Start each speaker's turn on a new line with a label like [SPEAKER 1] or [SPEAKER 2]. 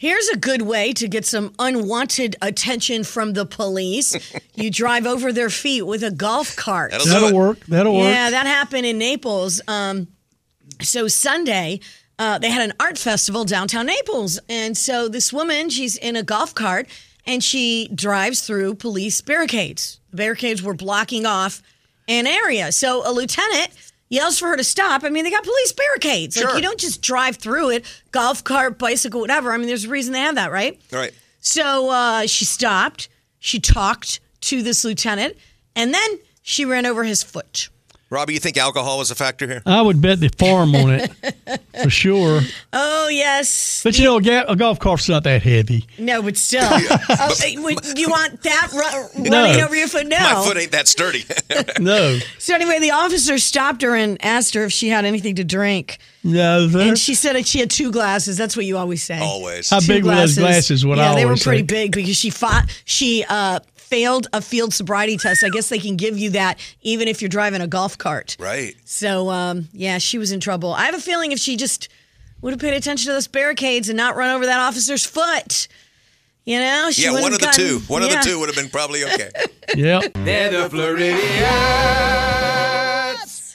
[SPEAKER 1] Here's a good way to get some unwanted attention from the police. you drive over their feet with a golf cart.
[SPEAKER 2] That'll
[SPEAKER 3] That'll
[SPEAKER 2] do it.
[SPEAKER 3] work. That'll
[SPEAKER 1] Yeah,
[SPEAKER 3] work.
[SPEAKER 1] that happened in Naples. Um, so Sunday, uh, they had an art festival downtown Naples, and so this woman, she's in a golf cart, and she drives through police barricades. The barricades were blocking off an area, so a lieutenant yells for her to stop. I mean, they got police barricades. Like
[SPEAKER 2] Sure.
[SPEAKER 1] you don't just drive through it. Golf cart, bicycle, whatever. I mean, there's a reason they have that, right?
[SPEAKER 2] All right.
[SPEAKER 1] So uh, she stopped. She talked to this lieutenant, and then she ran over his foot.
[SPEAKER 2] Robbie, you think alcohol was a factor here?
[SPEAKER 3] I would bet the farm on it for sure.
[SPEAKER 1] Oh yes.
[SPEAKER 3] But you know, a, ga- a golf cart's not that heavy.
[SPEAKER 1] No, but still. Oh, eh, would- you want that ru- running over your foot? No.
[SPEAKER 2] My foot ain't that sturdy.
[SPEAKER 3] No,
[SPEAKER 1] So anyway, the officer stopped her and asked her if she had anything to drink,
[SPEAKER 3] no.
[SPEAKER 1] and
[SPEAKER 3] That,
[SPEAKER 1] she said that she had two glasses. That's what you always say.
[SPEAKER 2] Always.
[SPEAKER 3] how
[SPEAKER 1] Two
[SPEAKER 3] big were those glasses? What
[SPEAKER 1] yeah,
[SPEAKER 3] I
[SPEAKER 1] they were
[SPEAKER 3] always
[SPEAKER 1] pretty
[SPEAKER 3] say.
[SPEAKER 1] big because she fought. She uh, failed a field sobriety test. I guess they can give you that even if you're driving a golf cart.
[SPEAKER 2] Right.
[SPEAKER 1] So um, yeah, she was in trouble. I have a feeling if she just would have paid attention to those barricades and not run over that officer's foot, you know, she
[SPEAKER 2] Yeah,
[SPEAKER 1] would have
[SPEAKER 2] one of the
[SPEAKER 1] gotten-
[SPEAKER 2] two. One of
[SPEAKER 1] yeah.
[SPEAKER 2] the two would have been probably okay.
[SPEAKER 3] Yep.
[SPEAKER 4] They're the Floridians.